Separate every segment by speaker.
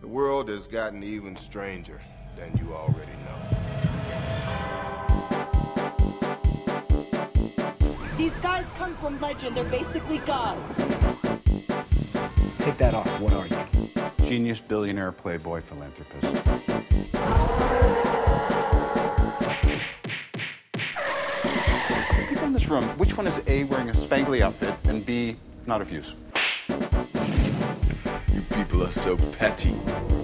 Speaker 1: The world has gotten even stranger than you already know.
Speaker 2: These guys come from legend. They're basically gods.
Speaker 3: Take that off. What are you?
Speaker 4: Genius, billionaire, playboy, philanthropist. The people in this room, which one is A, wearing a spangly outfit, and B, not of use?
Speaker 5: You people are so petty.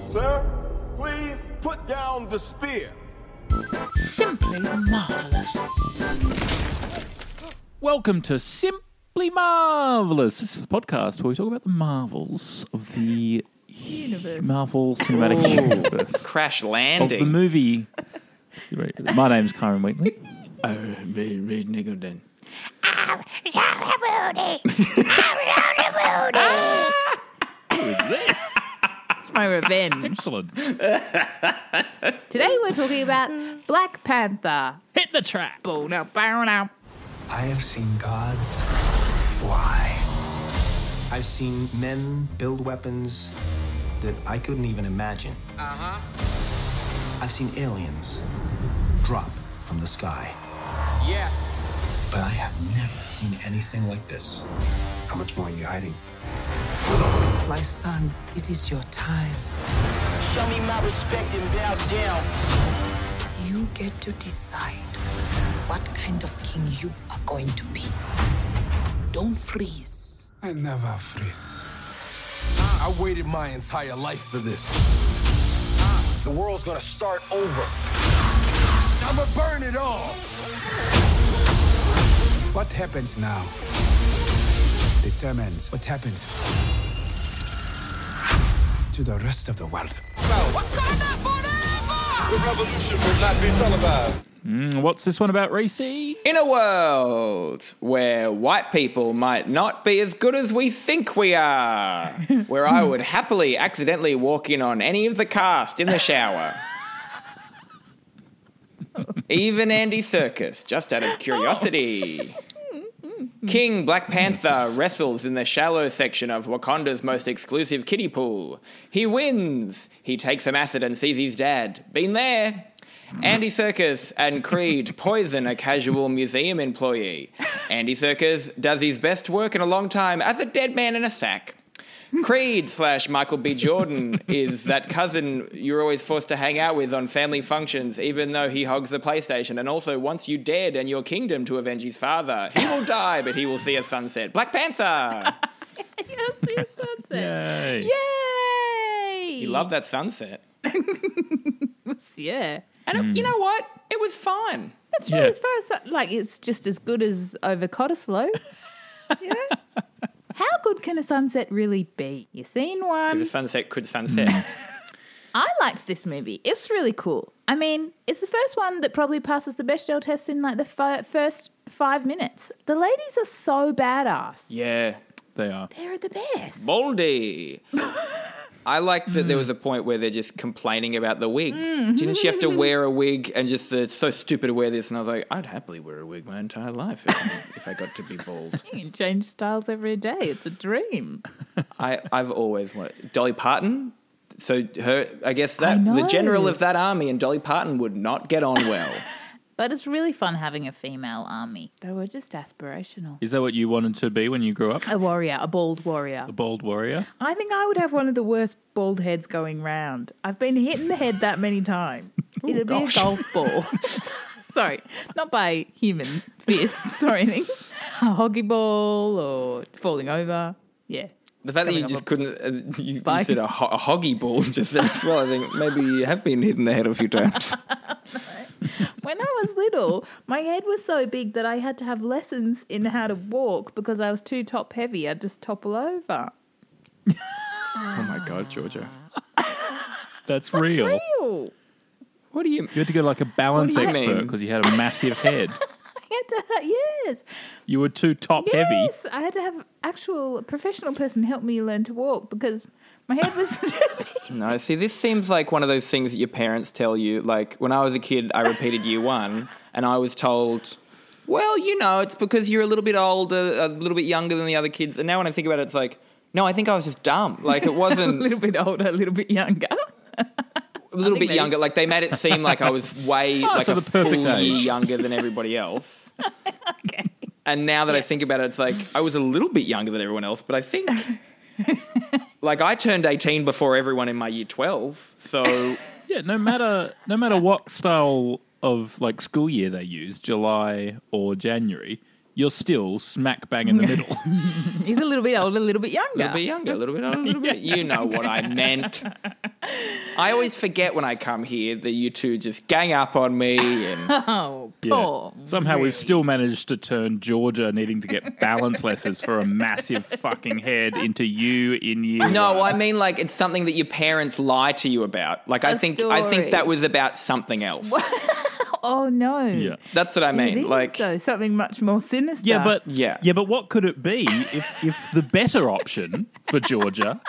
Speaker 1: Sir, please put down the spear.
Speaker 6: Simply marvelous. Welcome to Simply Marvelous. This is a podcast where we talk about the marvels of the universe. Marvel Cinematic Universe.
Speaker 7: Crash
Speaker 6: Of the
Speaker 7: landing.
Speaker 6: movie. My name's Kyron Wheatley.
Speaker 3: Oh, Read, read Nigel then.
Speaker 6: Who is this?
Speaker 8: It's my revenge.
Speaker 6: Excellent.
Speaker 8: Today we're talking about Black Panther.
Speaker 6: Hit the trap.
Speaker 8: Boom, now, bow, now.
Speaker 3: I have seen gods fly. I've seen men build weapons that I couldn't even imagine. Uh huh. I've seen aliens drop from the sky.
Speaker 7: Yeah.
Speaker 3: But I have never seen anything like this. How much more are you hiding? My son, it is your time.
Speaker 2: Show me my respect and bow down.
Speaker 9: You get to decide what kind of king you are going to be. Don't freeze.
Speaker 4: I never freeze.
Speaker 5: I waited my entire life for this. The world's gonna start over. I'ma burn it all.
Speaker 4: What happens now determines what happens to the rest of the world.
Speaker 5: The revolution will not be televised.
Speaker 6: Mm, what's this one about, Reese?
Speaker 7: In a world where white people might not be as good as we think we are, where I would happily accidentally walk in on any of the cast in the shower. Even Andy Circus, just out of curiosity. King Black Panther wrestles in the shallow section of Wakanda's most exclusive kiddie pool. He wins. He takes some acid and sees his dad. Been there. Andy Circus and Creed poison a casual museum employee. Andy Circus does his best work in a long time as a dead man in a sack. Creed slash Michael B. Jordan is that cousin you're always forced to hang out with on family functions, even though he hogs the PlayStation. And also, once you dead and your kingdom to avenge his father, he will die, but he will see a sunset. Black Panther!
Speaker 8: You'll see a sunset.
Speaker 6: Yay.
Speaker 8: Yay!
Speaker 7: You love that sunset.
Speaker 8: Yeah.
Speaker 7: And it- you know what? It was fun.
Speaker 8: That's true.
Speaker 6: Yeah.
Speaker 8: As far as that- like, it's just as good as over Cottesloe. you know? How good can a sunset really be? You've seen
Speaker 7: If
Speaker 8: one.
Speaker 7: a sunset could sunset.
Speaker 8: I liked this movie. It's really cool. I mean, it's the first one that probably passes the Bechdel test in like the fi- first five minutes. The ladies are so badass.
Speaker 7: yeah. They are.
Speaker 8: They're the best.
Speaker 10: Moldy. I like that
Speaker 8: Hmm.
Speaker 10: there was a point where they're just complaining about the wigs.
Speaker 8: Mm.
Speaker 10: Didn't she have to wear a wig and just, the, it's so stupid to wear this? And I was like, I'd happily wear a wig my entire life if, if I got to be bald.
Speaker 8: You can change styles every day. It's a dream.
Speaker 10: I, I've always wanted Dolly Parton. So her, I guess that the
Speaker 8: know.
Speaker 10: general of that army and Dolly Parton would not get on well.
Speaker 8: But it's really fun having a female army. They were just aspirational.
Speaker 7: Is that what you wanted to be when you grew up?
Speaker 8: A warrior, a bald warrior.
Speaker 7: A bold warrior?
Speaker 8: I think I would have one of the worst bald heads going round. I've been hit in the head that many times. It'd
Speaker 7: gosh.
Speaker 8: be a golf ball. Sorry, not by human fists or anything. A hockey ball or falling over. Yeah.
Speaker 10: The fact that
Speaker 8: Coming
Speaker 10: you
Speaker 8: up
Speaker 10: just couldn't, uh, you, you
Speaker 8: Bye.
Speaker 10: said a, ho- a hoggy ball just then as well. I think maybe you have been hit in the head a few times.
Speaker 8: When I was little, my head was so big that I had to have lessons in how to walk because I was too top heavy. I'd just topple over.
Speaker 7: Oh my God, Georgia. That's real.
Speaker 8: Ew.
Speaker 10: What do you? You
Speaker 7: had to go to like a balance
Speaker 8: What do you
Speaker 7: expert
Speaker 8: mean?
Speaker 7: because you had a massive head.
Speaker 8: I had to, yes.
Speaker 7: You were too top heavy.
Speaker 8: Yes, I had to have actual professional person help me learn to walk because my head was
Speaker 10: No, see, this seems like one of those things that your parents tell you. Like when I was a kid, I repeated year one, and I was told, "Well, you know, it's because you're a little bit older, a little bit younger than the other kids." And now when I think about it, it's like, no, I think I was just dumb. Like it wasn't
Speaker 8: a little bit older, a little bit younger.
Speaker 10: a little
Speaker 8: think
Speaker 10: bit
Speaker 8: that
Speaker 10: younger.
Speaker 8: is-
Speaker 10: Like they made it seem like I was way
Speaker 7: Oh,
Speaker 10: like
Speaker 7: so
Speaker 10: a
Speaker 7: the perfect
Speaker 10: full year
Speaker 7: age.
Speaker 10: younger than everybody else. And now that I think about it, it's like I was a little bit younger than everyone else, but I think like I turned eighteen before everyone in my year twelve. So
Speaker 7: Yeah, no matter no matter what style of like school year they use, July or January, you're still smack bang in the middle.
Speaker 8: He's a little bit older, a little bit younger.
Speaker 10: a little bit younger, a little bit older, a little bit. You know what I meant. I always forget when I come here that you two just gang up on me and
Speaker 8: Oh,
Speaker 7: Yeah.
Speaker 8: poor.
Speaker 7: Somehow we've still managed to turn Georgia needing to get balance lessons for a massive fucking head into you in year.
Speaker 10: No,
Speaker 7: one.
Speaker 10: I mean like it's something that your parents lie to you about. Like I
Speaker 8: A
Speaker 10: think I think
Speaker 8: story.
Speaker 10: that was about something else.
Speaker 8: Oh no.
Speaker 10: That's what I
Speaker 8: Do you
Speaker 10: mean.
Speaker 8: think
Speaker 10: Like
Speaker 8: so something much more sinister.
Speaker 7: Yeah, but
Speaker 10: Yeah.
Speaker 7: yeah, but what could it be if if the better option for Georgia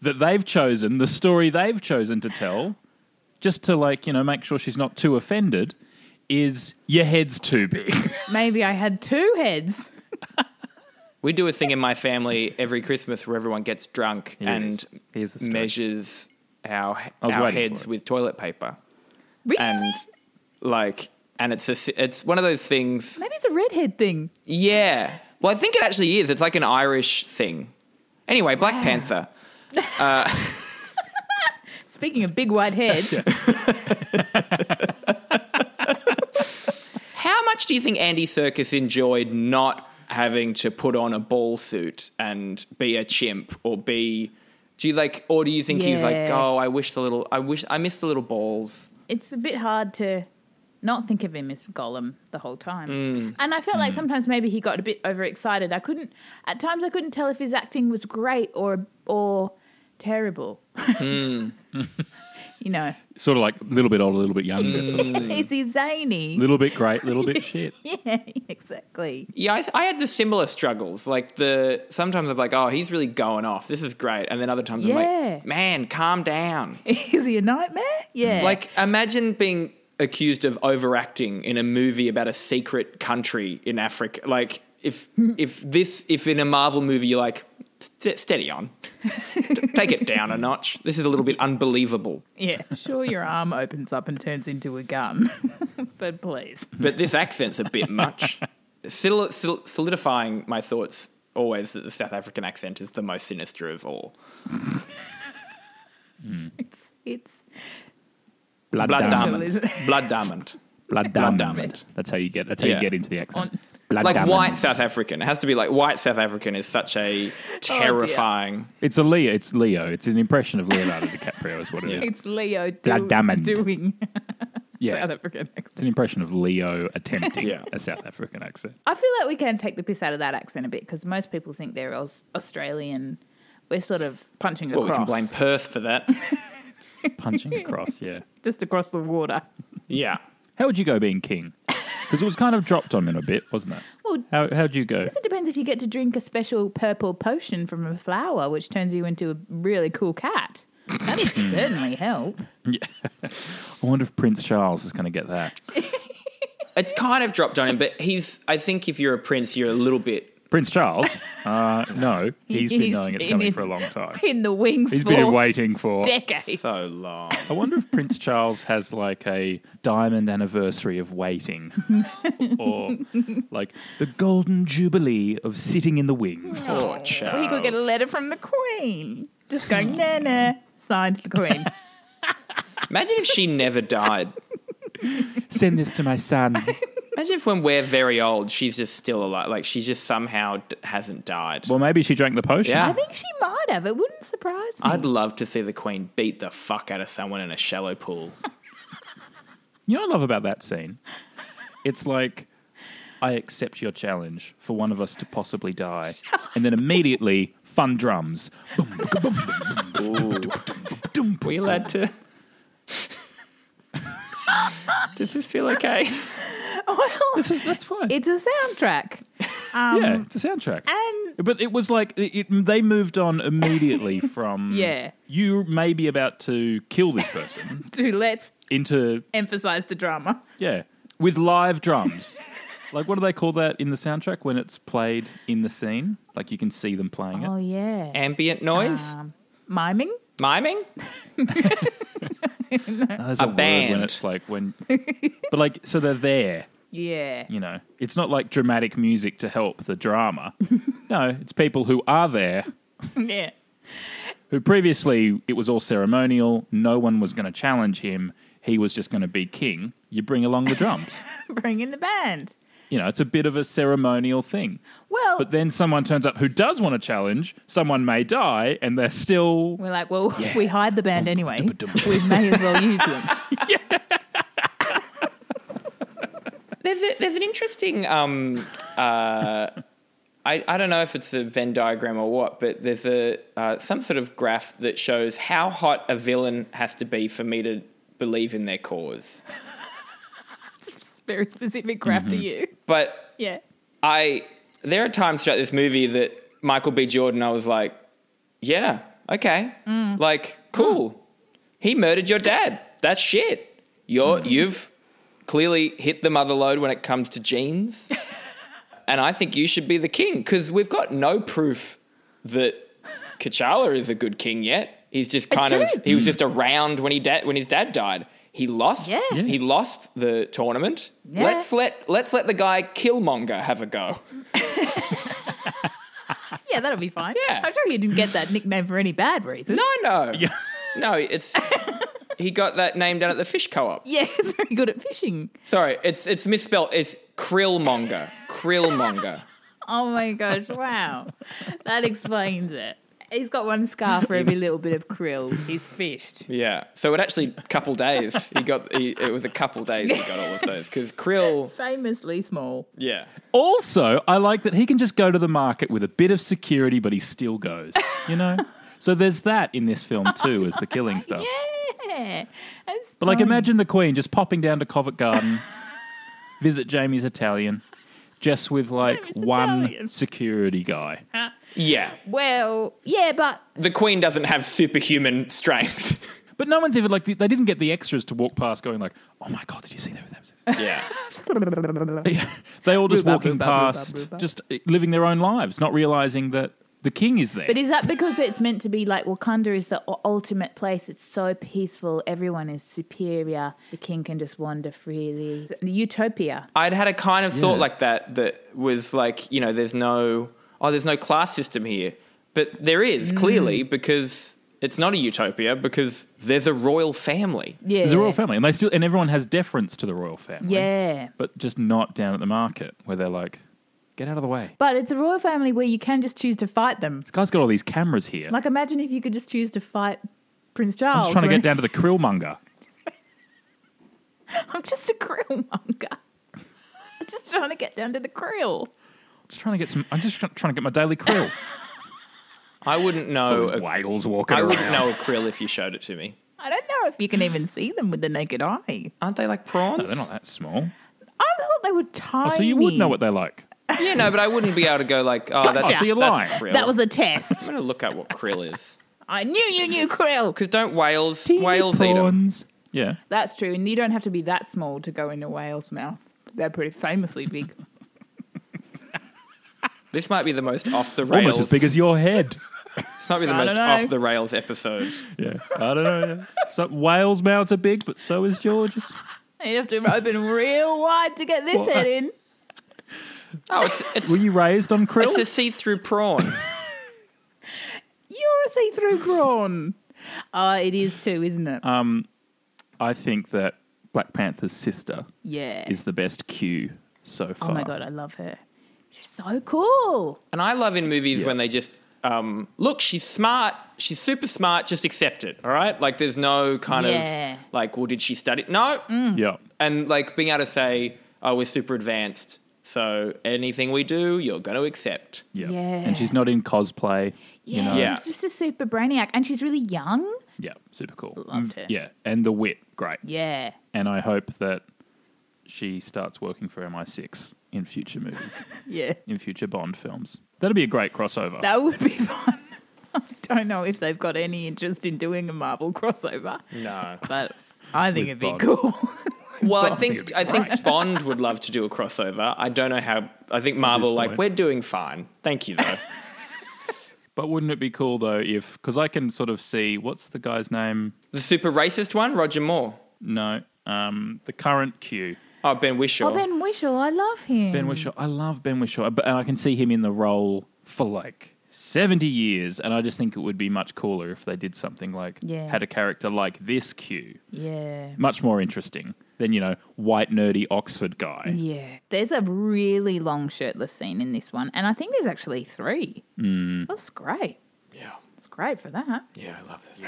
Speaker 7: that they've chosen, the story they've chosen to tell, just to like you know make sure she's not too offended, is your head's too big.
Speaker 8: maybe I had two heads.
Speaker 10: we do a thing in my family every Christmas where everyone gets drunk
Speaker 7: Here it
Speaker 10: and
Speaker 7: is. Here's the story.
Speaker 10: measures our
Speaker 7: I was
Speaker 10: our
Speaker 7: waiting
Speaker 10: heads
Speaker 7: for it.
Speaker 10: with toilet paper.
Speaker 8: Really?
Speaker 10: And like and it's a, it's one of those things
Speaker 8: Maybe it's a redhead thing.
Speaker 10: Yeah. Well, I think it actually is. It's like an Irish thing. Anyway, Black Panther.
Speaker 8: Speaking of big white heads,
Speaker 10: How much do you think Andy Serkis enjoyed not having to put on a ball suit and be a chimp or be? Do you like, or do you think he's like,
Speaker 8: Yeah.
Speaker 10: oh, I wish the little, I wish I miss the little balls.
Speaker 8: it's a bit hard to not think of him as Gollum the whole time.
Speaker 10: Mm.
Speaker 8: And I felt like sometimes maybe he got a bit overexcited. I couldn't at times I couldn't tell if his acting was great or or terrible.
Speaker 10: Hmm.
Speaker 8: you know,
Speaker 7: sort of like a little bit old, a little bit younger. A
Speaker 10: Mm. Hmm.
Speaker 8: is he zany?
Speaker 7: little bit great, little bit shit.
Speaker 8: yeah, exactly.
Speaker 10: Yeah, I, I had the similar struggles. Like the sometimes I'm like, oh, he's really going off. This is great, and then other times I'm
Speaker 8: Yeah.
Speaker 10: like, man, calm down.
Speaker 8: Is he a nightmare? Yeah.
Speaker 10: Like, imagine being accused of overacting in a movie about a secret country in Africa. Like, if if this if in a Marvel movie you're like, "Ste- steady on, take it down a notch. This is a little bit unbelievable.
Speaker 8: yeah. Sure, your arm opens up and turns into a gun, but please.
Speaker 10: But this accent's a bit much. Sol- sol- solidifying my thoughts always that the South African accent is the most sinister of all.
Speaker 8: It's it's
Speaker 7: Blood,
Speaker 10: Blood
Speaker 7: diamond.
Speaker 10: diamond. Blood diamond. Blood
Speaker 7: Blood diamond.
Speaker 10: diamond.
Speaker 7: That's how you get. That's how
Speaker 10: Yeah.
Speaker 7: you get into the accent.
Speaker 8: On-
Speaker 7: Blood
Speaker 10: Like
Speaker 7: diamond.
Speaker 10: white South African. It has to be like white South African is such a terrifying.
Speaker 7: It's a Leo. It's Leo. It's an impression of Leonardo DiCaprio. Is what it is.
Speaker 8: it's Leo do,
Speaker 7: Blood diamond.
Speaker 8: doing
Speaker 7: Yeah.
Speaker 8: South African accent.
Speaker 7: It's an impression of Leo attempting
Speaker 10: Yeah.
Speaker 7: a South African accent.
Speaker 8: I feel like we can take the piss out of that accent a bit because most people think they're Aus- Australian. We're sort of punching
Speaker 10: well,
Speaker 8: across,
Speaker 10: we can blame Perth for that.
Speaker 7: Punching across, yeah.
Speaker 8: just across the water.
Speaker 10: yeah.
Speaker 7: How would you go being king? Because it was kind of dropped on him a bit, wasn't it?
Speaker 8: Well,
Speaker 7: How, how'd you go?
Speaker 8: I guess it depends if you get to drink a special purple potion from a flower, which turns you into a really cool cat. That would certainly help.
Speaker 7: I wonder if Prince Charles is going to get that.
Speaker 10: It's kind of dropped on him, but he's. I think if you're a prince, you're a little bit.
Speaker 7: Prince Charles? Uh, no, he's been knowing it's
Speaker 8: been
Speaker 7: coming
Speaker 8: in-
Speaker 7: for a long time.
Speaker 8: In the wings
Speaker 7: He's
Speaker 8: for
Speaker 7: been waiting for
Speaker 8: decades.
Speaker 7: so long. I wonder if Prince Charles has like a diamond anniversary of waiting, or like the golden jubilee of sitting in the wings.
Speaker 8: Oh, Or he could get a letter from the Queen. Just going, nah, nah, signed the Queen.
Speaker 10: Imagine if she never died.
Speaker 7: Send this to my son.
Speaker 10: Imagine if when we're very old, she's just still alive. Like she just somehow d- hasn't died.
Speaker 7: well, maybe she drank the potion.
Speaker 10: Yeah.
Speaker 8: I think she might have. It wouldn't surprise me.
Speaker 10: I'd love to see the Queen beat the fuck out of someone in a shallow pool.
Speaker 7: You know what I love about that scene? It's like, I accept your challenge for one of us to possibly die. And then immediately, fun drums.
Speaker 10: we allowed to. Does this feel okay?
Speaker 8: well,
Speaker 7: that's fine.
Speaker 8: It's a soundtrack.
Speaker 7: yeah,
Speaker 8: Um,
Speaker 7: it's a soundtrack.
Speaker 8: And
Speaker 7: But it was like, it, it- they moved on immediately from,
Speaker 8: Yeah.
Speaker 7: you may be about to kill this person
Speaker 8: to let's
Speaker 7: into,
Speaker 8: emphasize the drama.
Speaker 7: yeah, with live drums. Like, what do they call that in the soundtrack when it's played in the scene? Like, you can see them playing
Speaker 8: Oh,
Speaker 7: it.
Speaker 8: yeah. Um,
Speaker 10: Ambient noise?
Speaker 8: Miming?
Speaker 10: Miming?
Speaker 7: Oh, there's
Speaker 10: A
Speaker 7: word when
Speaker 10: band.
Speaker 7: it's like when, but like so they're there.
Speaker 8: Yeah.
Speaker 7: You know, it's not like dramatic music to help the drama. no, it's people who are there
Speaker 8: yeah.
Speaker 7: who previously it was all ceremonial. No one was going to challenge him. He was just going to be king. You bring along the drums.
Speaker 8: Bring in the band.
Speaker 7: you know, it's a bit of a ceremonial thing.
Speaker 8: Well,
Speaker 7: But then someone turns up who does want to challenge. Someone may die, and they're still
Speaker 8: we're like, well,
Speaker 7: Yeah.
Speaker 8: we hired the band anyway. we may as well use them.
Speaker 10: There's a, there's an interesting um uh I, I don't know if it's a Venn diagram or what, but there's a uh, some sort of graph that shows how hot a villain has to be for me to believe in their cause. Mm-hmm.
Speaker 8: It's a very specific graph to you.
Speaker 10: But
Speaker 8: Yeah.
Speaker 10: I there are times throughout this movie that Michael B. Jordan, I was like, yeah, okay,
Speaker 8: Mm.
Speaker 10: like cool. He murdered your dad. That's shit. You're
Speaker 7: Mm.
Speaker 10: you've clearly hit the mother load when it comes to genes, and I think you should be the king because we've got no proof that T'Challa is a good king yet. He's just kind of
Speaker 8: true.
Speaker 10: he was just around when he da- when his dad died. He lost.
Speaker 8: Yeah. Yeah.
Speaker 10: He lost the tournament.
Speaker 8: Yeah.
Speaker 10: Let's let let's let the guy Killmonger have a go.
Speaker 8: Yeah, that'll be fine.
Speaker 10: Yeah.
Speaker 8: I'm sure you didn't get that nickname for any bad reason.
Speaker 10: No, no, no. It's he got that name down at the fish co-op.
Speaker 8: Yeah, he's very good at fishing.
Speaker 10: Sorry, it's it's misspelled. It's Krillmonger. Krillmonger.
Speaker 8: Oh my gosh, wow. that explains it. He's got one scar for every little bit of krill he's fished.
Speaker 10: Yeah. So it actually couple days. He got he, it was a couple days he got all of those because Krill.
Speaker 8: Famously small.
Speaker 10: Yeah.
Speaker 7: Also, I like that he can just go to the market with a bit of security, but he still goes. You know, so there's that in this film too, as the killing stuff.
Speaker 8: Yeah. That's
Speaker 7: But like,
Speaker 8: fine.
Speaker 7: imagine the Queen just popping down to Covent Garden, visit Jamie's Italian, just with like one security guy.
Speaker 10: Yeah.
Speaker 8: Well, yeah, but
Speaker 10: The Queen doesn't have superhuman strength.
Speaker 7: But no one's ever like they didn't get the extras to walk past, going like, "Oh my god, did you see that?"
Speaker 10: Yeah.
Speaker 7: They all just
Speaker 8: Rhubarb,
Speaker 7: walking
Speaker 8: rhubarb,
Speaker 7: past,
Speaker 8: rhubarb, rhubarb.
Speaker 7: just living their own lives, not realizing that the king is there.
Speaker 8: But is that because it's meant to be like Wakanda is the u- ultimate place? It's so peaceful. Everyone is superior. The king can just wander freely. It's a utopia.
Speaker 10: I'd had a kind of thought
Speaker 8: Yeah.
Speaker 10: like that that was like, you know, there's no oh, there's no class system here. But there is, clearly, because it's not a utopia because there's a royal family.
Speaker 7: There's a royal family, and they still and everyone has deference to the royal family.
Speaker 8: Yeah.
Speaker 7: but just not down at the market where they're like, "Get out of the way."
Speaker 8: But it's a royal family where you can just choose to fight them.
Speaker 7: This guy's got all these cameras here.
Speaker 8: Like, imagine if you could just choose to fight Prince
Speaker 7: I'm
Speaker 8: Charles.
Speaker 7: just trying to
Speaker 8: or
Speaker 7: get down to the krillmonger.
Speaker 8: anything. I'm just a krill monger. I'm just trying to get down to the krill.
Speaker 7: Just trying to get some. I'm just try- trying to get my daily krill.
Speaker 10: I wouldn't
Speaker 7: all
Speaker 10: know
Speaker 7: these whales walking
Speaker 10: uh, I wouldn't
Speaker 7: around.
Speaker 10: know a krill if you showed it to me.
Speaker 8: I don't know if you can even see them with the naked eye.
Speaker 10: Aren't they like prawns?
Speaker 7: No, they're not that small.
Speaker 8: I thought thought they were tiny.
Speaker 7: Oh, so you would know what they're like.
Speaker 10: Yeah, no, but I wouldn't be able to go like, oh, that's,
Speaker 7: Oh, so you're
Speaker 10: that's
Speaker 7: lying.
Speaker 10: krill.
Speaker 8: That was a test.
Speaker 10: I'm going to look at what krill is.
Speaker 8: I knew you knew krill.
Speaker 10: Because don't whales, whales eat 'em.
Speaker 7: Yeah.
Speaker 8: That's true, and you don't have to be that small to go in a whale's mouth. They're pretty famously big.
Speaker 10: This might be the most off the rails.
Speaker 7: Almost as big as your head.
Speaker 10: this might be the
Speaker 8: I
Speaker 10: most
Speaker 8: don't know.
Speaker 10: off the rails episode.
Speaker 7: Yeah. I don't know. yeah. So whales' mouths are big, but so is George's.
Speaker 8: You have to open real wide to get this
Speaker 7: What?
Speaker 8: head in.
Speaker 10: Oh, it's it's,
Speaker 7: Were you raised on krill?
Speaker 10: it's a see-through prawn.
Speaker 8: You're a see-through prawn. Oh, it is too, isn't it?
Speaker 7: Um, I think that Black Panther's sister
Speaker 8: Yeah.
Speaker 7: is the best cue so far.
Speaker 8: oh my god, I love her. She's so cool.
Speaker 10: And I love in movies when they just um, look. She's smart. She's super smart. Just accept it. All right. Like there's no kind
Speaker 8: Yeah.
Speaker 10: of like, well, did she study? No.
Speaker 7: Yeah.
Speaker 10: And like being able to say, oh, we're super advanced. So anything we do, you're going to accept.
Speaker 7: Yeah.
Speaker 8: Yeah.
Speaker 7: And she's not in cosplay.
Speaker 8: Yeah,
Speaker 7: You know?
Speaker 8: she's just a super brainiac, and she's really young.
Speaker 7: Yeah. Super cool.
Speaker 8: Loved her.
Speaker 7: Yeah. And the wit, great.
Speaker 8: Yeah.
Speaker 7: And I hope that she starts working for MI6 in future movies,
Speaker 8: Yeah.
Speaker 7: in future Bond films. That'd be a great crossover.
Speaker 8: That would be fun. I don't know if they've got any interest in doing a Marvel crossover,
Speaker 10: No.
Speaker 8: but I think
Speaker 10: With
Speaker 8: it'd be
Speaker 10: Bond.
Speaker 8: cool.
Speaker 10: Well, I
Speaker 8: Bond would
Speaker 10: think
Speaker 8: be
Speaker 10: I think Bond would love to do a crossover. I don't know how. I think Marvel like
Speaker 7: point.
Speaker 10: we're doing fine. Thank you though.
Speaker 7: But wouldn't it be cool though if, because I can sort of see what's the guy's name?
Speaker 10: the super racist one, Roger Moore.
Speaker 7: No, um, the current Q.
Speaker 10: Oh, Ben Whishaw.
Speaker 8: Oh, Ben Whishaw, I love him.
Speaker 7: Ben Whishaw. I love Ben Whishaw, but and I can see him in the role for like seventy years, and I just think it would be much cooler if they did something like
Speaker 8: Yeah.
Speaker 7: had a character like this Q,
Speaker 8: Yeah.
Speaker 7: much more interesting than you know white nerdy Oxford guy.
Speaker 8: Yeah. There's a really long shirtless scene in this one, and I think there's actually three.
Speaker 7: Mm.
Speaker 8: That's great.
Speaker 10: Yeah.
Speaker 8: It's great for that.
Speaker 10: Yeah, I love this.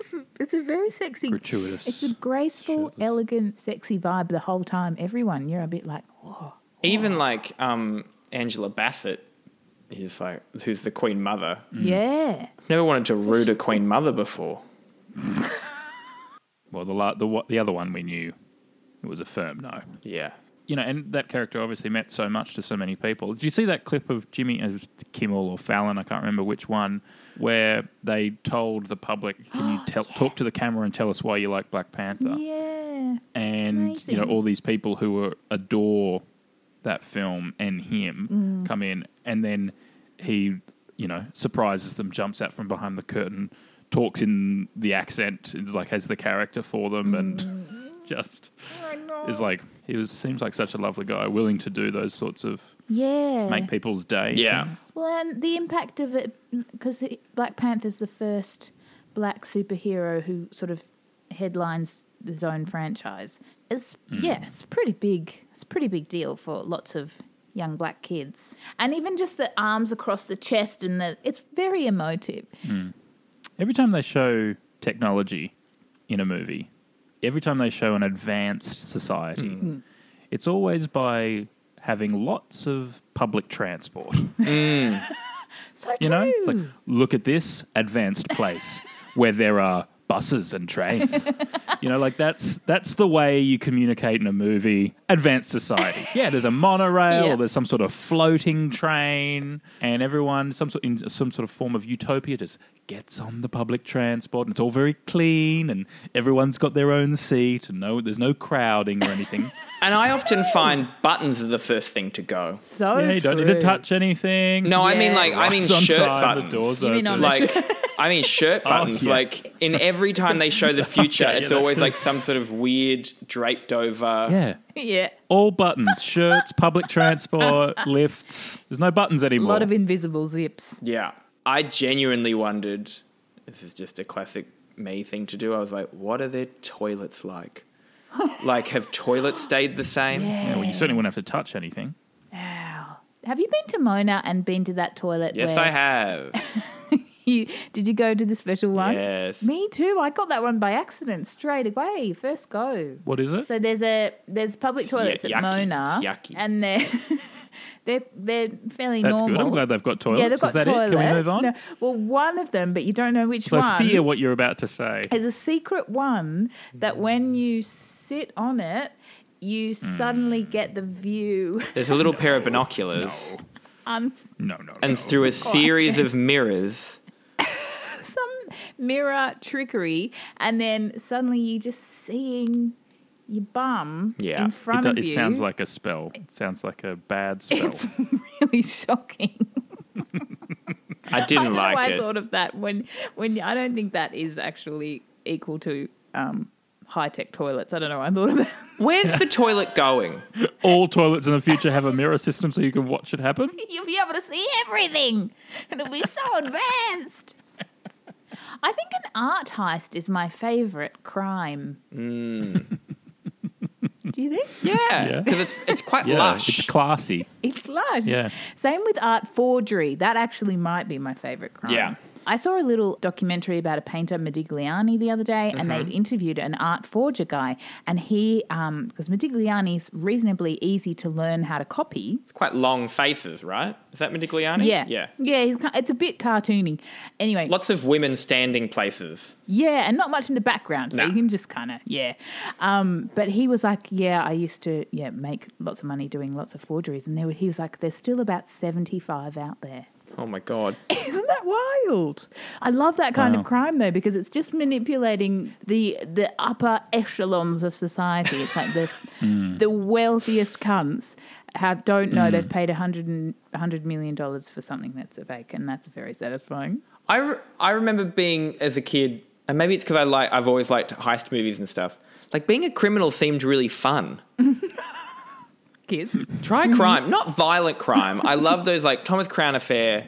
Speaker 8: It's a, it's a very sexy,
Speaker 7: Gratuitous.
Speaker 8: It's a graceful, elegant, sexy vibe the whole time. Everyone, you're a bit like, oh,
Speaker 10: Even like um, Angela Bassett is like who's the Queen Mother.
Speaker 7: Mm.
Speaker 8: yeah.
Speaker 10: Never wanted to root a Queen Mother before.
Speaker 7: Well, the la- the wa- the other one we knew it was a firm no.
Speaker 10: Yeah.
Speaker 7: You know, and that character obviously meant so much to so many people. Did you see that clip of Jimmy as Kimmel or Fallon? I can't remember which one, where they told the public, "Can you tell, talk to the camera and tell us why you like Black Panther?"
Speaker 8: Yeah.
Speaker 7: and you know
Speaker 8: amazing.
Speaker 7: all these people who were, adore that film and him
Speaker 8: Mm.
Speaker 7: come in, and then he you know surprises them, jumps out from behind the curtain, talks in the accent, is like has the character for them, and
Speaker 8: Mm.
Speaker 7: just is like he was seems like such a lovely guy, willing to do those sorts of
Speaker 8: Yeah.
Speaker 7: make people's day.
Speaker 10: Yeah.
Speaker 7: things.
Speaker 8: Well, and the impact of it, because Black Panther's the first black superhero who sort of headlines the Zone franchise. It's
Speaker 7: Mm.
Speaker 8: yeah, it's pretty big. It's a pretty big deal for lots of young black kids, and even just the arms across the chest and the it's very emotive.
Speaker 7: Every time they show technology in a movie, every time they show an advanced society,
Speaker 8: Mm.
Speaker 7: it's always by having lots of public transport.
Speaker 8: So true.
Speaker 7: You know, it's like, look at this advanced place where there are buses and trains. you know, like that's that's the way you communicate in a movie. Advanced society. Yeah, there's a monorail
Speaker 8: Yeah.
Speaker 7: or there's some sort of floating train, and everyone some sort in some sort of form of utopia just gets on the public transport, and it's all very clean, and everyone's got their own seat, and no, there's no crowding or anything.
Speaker 10: And I often find buttons are the first thing to go.
Speaker 8: so
Speaker 7: yeah, you don't need to touch anything.
Speaker 10: No, I mean like I mean
Speaker 7: Lights on
Speaker 10: shirt
Speaker 7: time, the
Speaker 10: buttons.
Speaker 7: doors You mean open. on the
Speaker 10: like I mean shirt buttons.
Speaker 7: yeah.
Speaker 10: Like in every time they show the future,
Speaker 7: Okay, yeah,
Speaker 10: it's
Speaker 7: that
Speaker 10: always
Speaker 7: too.
Speaker 10: like some sort of weird draped over.
Speaker 7: Yeah.
Speaker 8: Yeah,
Speaker 7: All buttons, shirts, public transport, lifts. There's no buttons
Speaker 8: a
Speaker 7: anymore.
Speaker 8: lot of invisible zips.
Speaker 10: Yeah. I genuinely wondered. This is just a classic me thing to do. I was like, what are their toilets like? like, have toilets stayed the same?
Speaker 7: yeah, well, you certainly wouldn't have to touch anything.
Speaker 8: Wow. Have you been to Mona and been to that toilet?
Speaker 10: Yes,
Speaker 8: where
Speaker 10: I have.
Speaker 8: You, did you go to the special one?
Speaker 10: Yes.
Speaker 8: Me too. I got that one by accident straight away. First go.
Speaker 7: What is it?
Speaker 8: So there's a there's public
Speaker 7: y-
Speaker 8: toilets
Speaker 7: yucky.
Speaker 8: at Mona,
Speaker 7: It's yucky.
Speaker 8: and they're they're they're fairly
Speaker 7: That's
Speaker 8: normal.
Speaker 7: good. I'm glad they've got toilets.
Speaker 8: Yeah, they've got
Speaker 7: is that
Speaker 8: toilets.
Speaker 7: it? Can we move on?
Speaker 8: No, well, one of them, but you don't know which
Speaker 7: So I
Speaker 8: one.
Speaker 7: fear what you're about to say. Mm.
Speaker 8: There's a secret one that when you sit on it, you
Speaker 7: Mm.
Speaker 8: suddenly get the view.
Speaker 10: There's a little pair of binoculars.
Speaker 8: Um,
Speaker 7: No, no.
Speaker 10: And through a
Speaker 8: It's quite
Speaker 10: series of mirrors,
Speaker 8: some mirror trickery, and then suddenly you're just seeing your bum in front
Speaker 7: it,
Speaker 8: of
Speaker 7: do- it
Speaker 8: you.
Speaker 7: sounds like a spell. It sounds like a bad spell.
Speaker 8: It's really shocking. I
Speaker 7: I
Speaker 8: don't know why I thought of that when when I don't think that is actually equal to um, high tech toilets. I don't know. why I thought of that.
Speaker 10: Where's the toilet going?
Speaker 7: All toilets in the future have a mirror system so you can watch it happen.
Speaker 8: You'll be able to see everything. It'll be so advanced. I think an art heist is my favorite crime.
Speaker 10: Mm.
Speaker 8: Do you think?
Speaker 10: yeah, because it's it's quite
Speaker 7: Yeah,
Speaker 10: lush.
Speaker 7: it's classy.
Speaker 8: It's lush.
Speaker 7: Yeah.
Speaker 8: Same with art forgery. That actually might be my favorite crime.
Speaker 10: Yeah.
Speaker 8: I saw a little documentary about a painter, Modigliani, the other day, and
Speaker 10: Mhm.
Speaker 8: they interviewed an art forger guy. And he, because Modigliani's reasonably easy to learn how to copy.
Speaker 10: Quite long faces, right? Is that Modigliani?
Speaker 8: Yeah.
Speaker 10: yeah.
Speaker 8: Yeah, he's, ki- it's a bit cartoony. Anyway,
Speaker 10: Lots of women standing places.
Speaker 8: yeah, and not much in the background, so
Speaker 10: Nah.
Speaker 8: you can just kind of, yeah. Um, but he was like, yeah, I used to, yeah, make lots of money doing lots of forgeries. And there were, he was like, there's still about 75 out there.
Speaker 10: Oh my god.
Speaker 8: Isn't that wild? I love that kind
Speaker 10: Wow.
Speaker 8: of crime though because it's just manipulating the the upper echelons of society. It's like the
Speaker 10: Hmm.
Speaker 8: the wealthiest cunts have don't know
Speaker 10: Mm.
Speaker 8: they've paid a hundred and a hundred million dollars for something that's a fake, and that's very satisfying.
Speaker 10: I, re- I remember being as a kid, and maybe it's because I like I've always liked heist movies and stuff. Like being a criminal seemed really fun.
Speaker 8: Kids,
Speaker 10: Try crime, not violent crime. I love those like Thomas Crown Affair,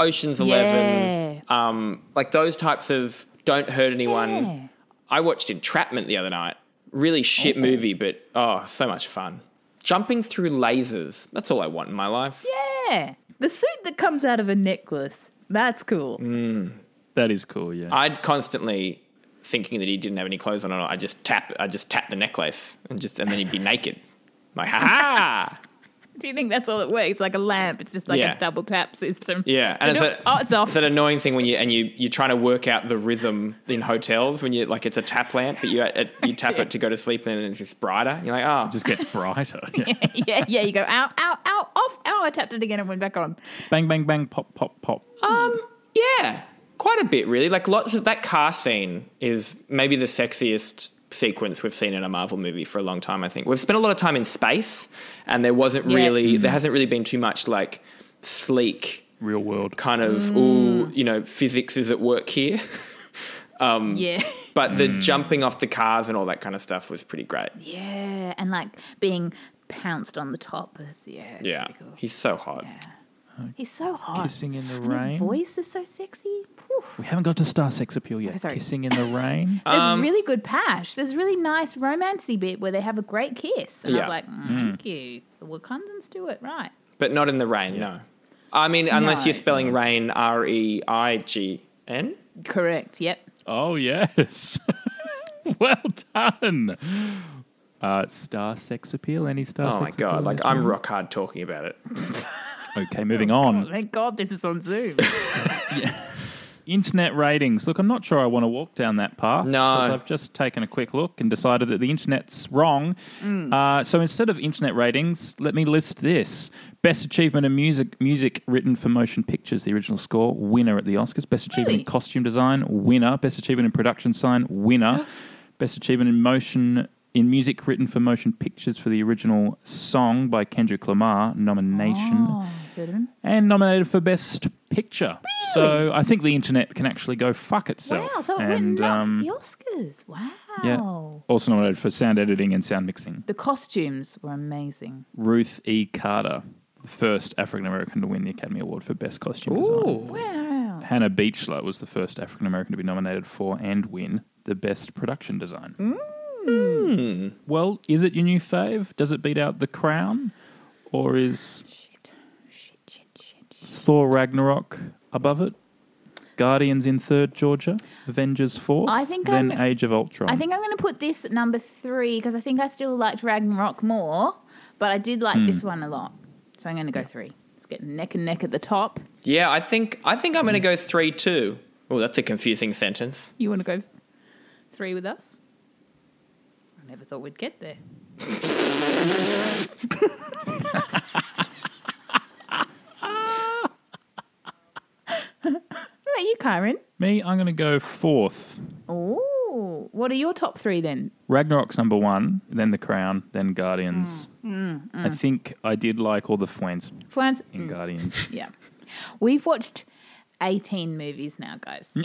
Speaker 10: Ocean's Eleven, um, like those types of don't hurt anyone.
Speaker 8: Yeah.
Speaker 10: I watched Entrapment the other night. Really shit movie, but oh, so much fun. Jumping through lasers. That's all I want in my life.
Speaker 8: yeah. The suit that comes out of a necklace. That's cool.
Speaker 10: Hmm.
Speaker 7: That is cool, yeah.
Speaker 10: I'd constantly thinking that he didn't have any clothes on or not. I just tap I just tap the necklace and just and then he'd be naked. Like ha ha.
Speaker 8: Do you think that's all it works? Like a lamp. It's just like
Speaker 10: Yeah.
Speaker 8: a double tap system.
Speaker 10: Yeah,
Speaker 8: and
Speaker 10: and it's that,
Speaker 8: oh, it's off.
Speaker 10: it's that annoying thing when you and you you're trying to work out the rhythm in hotels when you like it's a tap lamp, but you it, you tap it to go to sleep and then it's just brighter. And you're like, oh, it
Speaker 7: just gets brighter.
Speaker 8: yeah, yeah. You go ow, ow, ow, off, ow. I tapped it again and went back on.
Speaker 7: Bang, bang, bang, pop, pop, pop.
Speaker 10: Um, yeah, quite a bit really. Like lots of that car scene is maybe the sexiest sequence we've seen in a Marvel movie for a long time. I think we've spent a lot of time in space, and there wasn't
Speaker 7: Yeah.
Speaker 10: really
Speaker 7: Mhm.
Speaker 10: there hasn't really been too much like sleek
Speaker 7: real world
Speaker 10: kind of
Speaker 7: Mm.
Speaker 10: ooh you know physics is at work here. um,
Speaker 8: Yeah.
Speaker 10: But the jumping off the cars and all that kind of stuff was pretty great.
Speaker 8: Yeah, and like being pounced on the top. Is, yeah, it's
Speaker 10: yeah, he's so hot.
Speaker 8: pretty- he's so hot.
Speaker 7: Kissing in the
Speaker 8: and
Speaker 7: rain.
Speaker 8: His voice is so sexy. Whew.
Speaker 7: We haven't got to star sex appeal yet. Kissing in the rain.
Speaker 8: There's really good pash. There's a really nice romancy bit where they have a great kiss, and I
Speaker 10: Yeah.
Speaker 8: was like, mm,
Speaker 10: Mm.
Speaker 8: thank you. The Wakandans do it right.
Speaker 10: But not in the rain, no. I mean, unless
Speaker 8: No.
Speaker 10: you're spelling rain R E I G N.
Speaker 8: Correct. Yep.
Speaker 7: Oh yes. well done. Uh, star sex appeal. Any star?
Speaker 10: Oh
Speaker 7: sex
Speaker 10: my god!
Speaker 7: appeal
Speaker 10: Like
Speaker 7: this
Speaker 10: I'm
Speaker 7: morning?
Speaker 10: rock hard talking about it.
Speaker 7: Okay, moving on.
Speaker 8: Oh, Thank God this is on Zoom.
Speaker 7: Internet ratings. Look, I'm not sure I want to walk down that path. No, I've just taken a quick look and decided that the internet's wrong.
Speaker 11: Mm.
Speaker 7: Uh, so instead of internet ratings, let me list this: best achievement in music, music written for motion pictures, the original score, winner at the Oscars. Best achievement in costume design, winner. Best achievement in production design, winner. best achievement in motion in music written for motion pictures for the original song by Kendrick Lamar, nomination
Speaker 8: oh, good one.
Speaker 7: and nominated for Best Picture. So I think the internet can actually go fuck itself.
Speaker 8: Wow, so it went
Speaker 7: and,
Speaker 8: nuts
Speaker 7: um,
Speaker 8: at the Oscars. Wow.
Speaker 7: yeah, also nominated for sound editing and sound mixing.
Speaker 8: The costumes were amazing.
Speaker 7: Ruth E. Carter, the first African American to win the Academy Award for Best Costume Design.
Speaker 8: Wow.
Speaker 7: Hannah Beachler was the first African American to be nominated for and win the Best Production Design.
Speaker 8: Mm.
Speaker 7: Well, is it your new fave? Does it beat out The Crown, or is Thor Ragnarok above it? Guardians in third, Georgia. Avengers fourth.
Speaker 8: I think
Speaker 7: then
Speaker 8: I'm-
Speaker 7: Age of Ultron.
Speaker 8: I think I'm going to put this at number three because I think I still liked Ragnarok more, but I did like
Speaker 10: Hmm.
Speaker 8: this one a lot. So I'm going to go three. It's getting neck and neck at the top.
Speaker 10: Yeah, I think I think I'm going to go three two. Oh, that's a confusing sentence.
Speaker 8: You want to go three with us? I never thought we'd get there. about you, Kyron?
Speaker 7: Me, I'm going to go fourth.
Speaker 8: Oh, what are your top three then?
Speaker 7: Ragnarok's number one, then The Crown, then Guardians.
Speaker 8: Mm,
Speaker 7: I think I did like all the Fwans
Speaker 8: Flans.
Speaker 7: in
Speaker 8: Mm.
Speaker 7: Guardians.
Speaker 8: Yeah. We've watched 18 movies now, guys.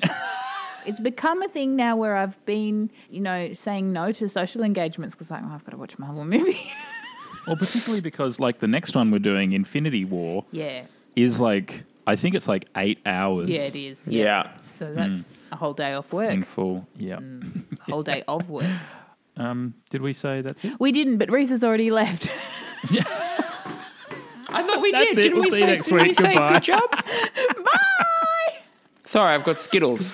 Speaker 8: it's become a thing now where I've been, you know, saying no to social engagements because, like, oh, I've got to watch a Marvel movie.
Speaker 7: Well, particularly because like the next one we're doing, Infinity War,
Speaker 8: yeah.
Speaker 7: is like I think it's like eight hours.
Speaker 8: Yeah, it is. So
Speaker 7: Mm.
Speaker 8: that's a whole day off work,
Speaker 7: in full. Yeah.
Speaker 8: a whole day of work.
Speaker 7: Um, did we say that's it?
Speaker 8: We didn't, but Reese has already left.
Speaker 12: I thought we
Speaker 8: That's
Speaker 12: did.
Speaker 8: it.
Speaker 12: Didn't
Speaker 8: We'll
Speaker 12: we
Speaker 8: see
Speaker 12: say,
Speaker 8: you next
Speaker 12: didn't we
Speaker 8: week.
Speaker 12: say
Speaker 8: Goodbye.
Speaker 12: good job? Bye. Sorry, I've got Skittles.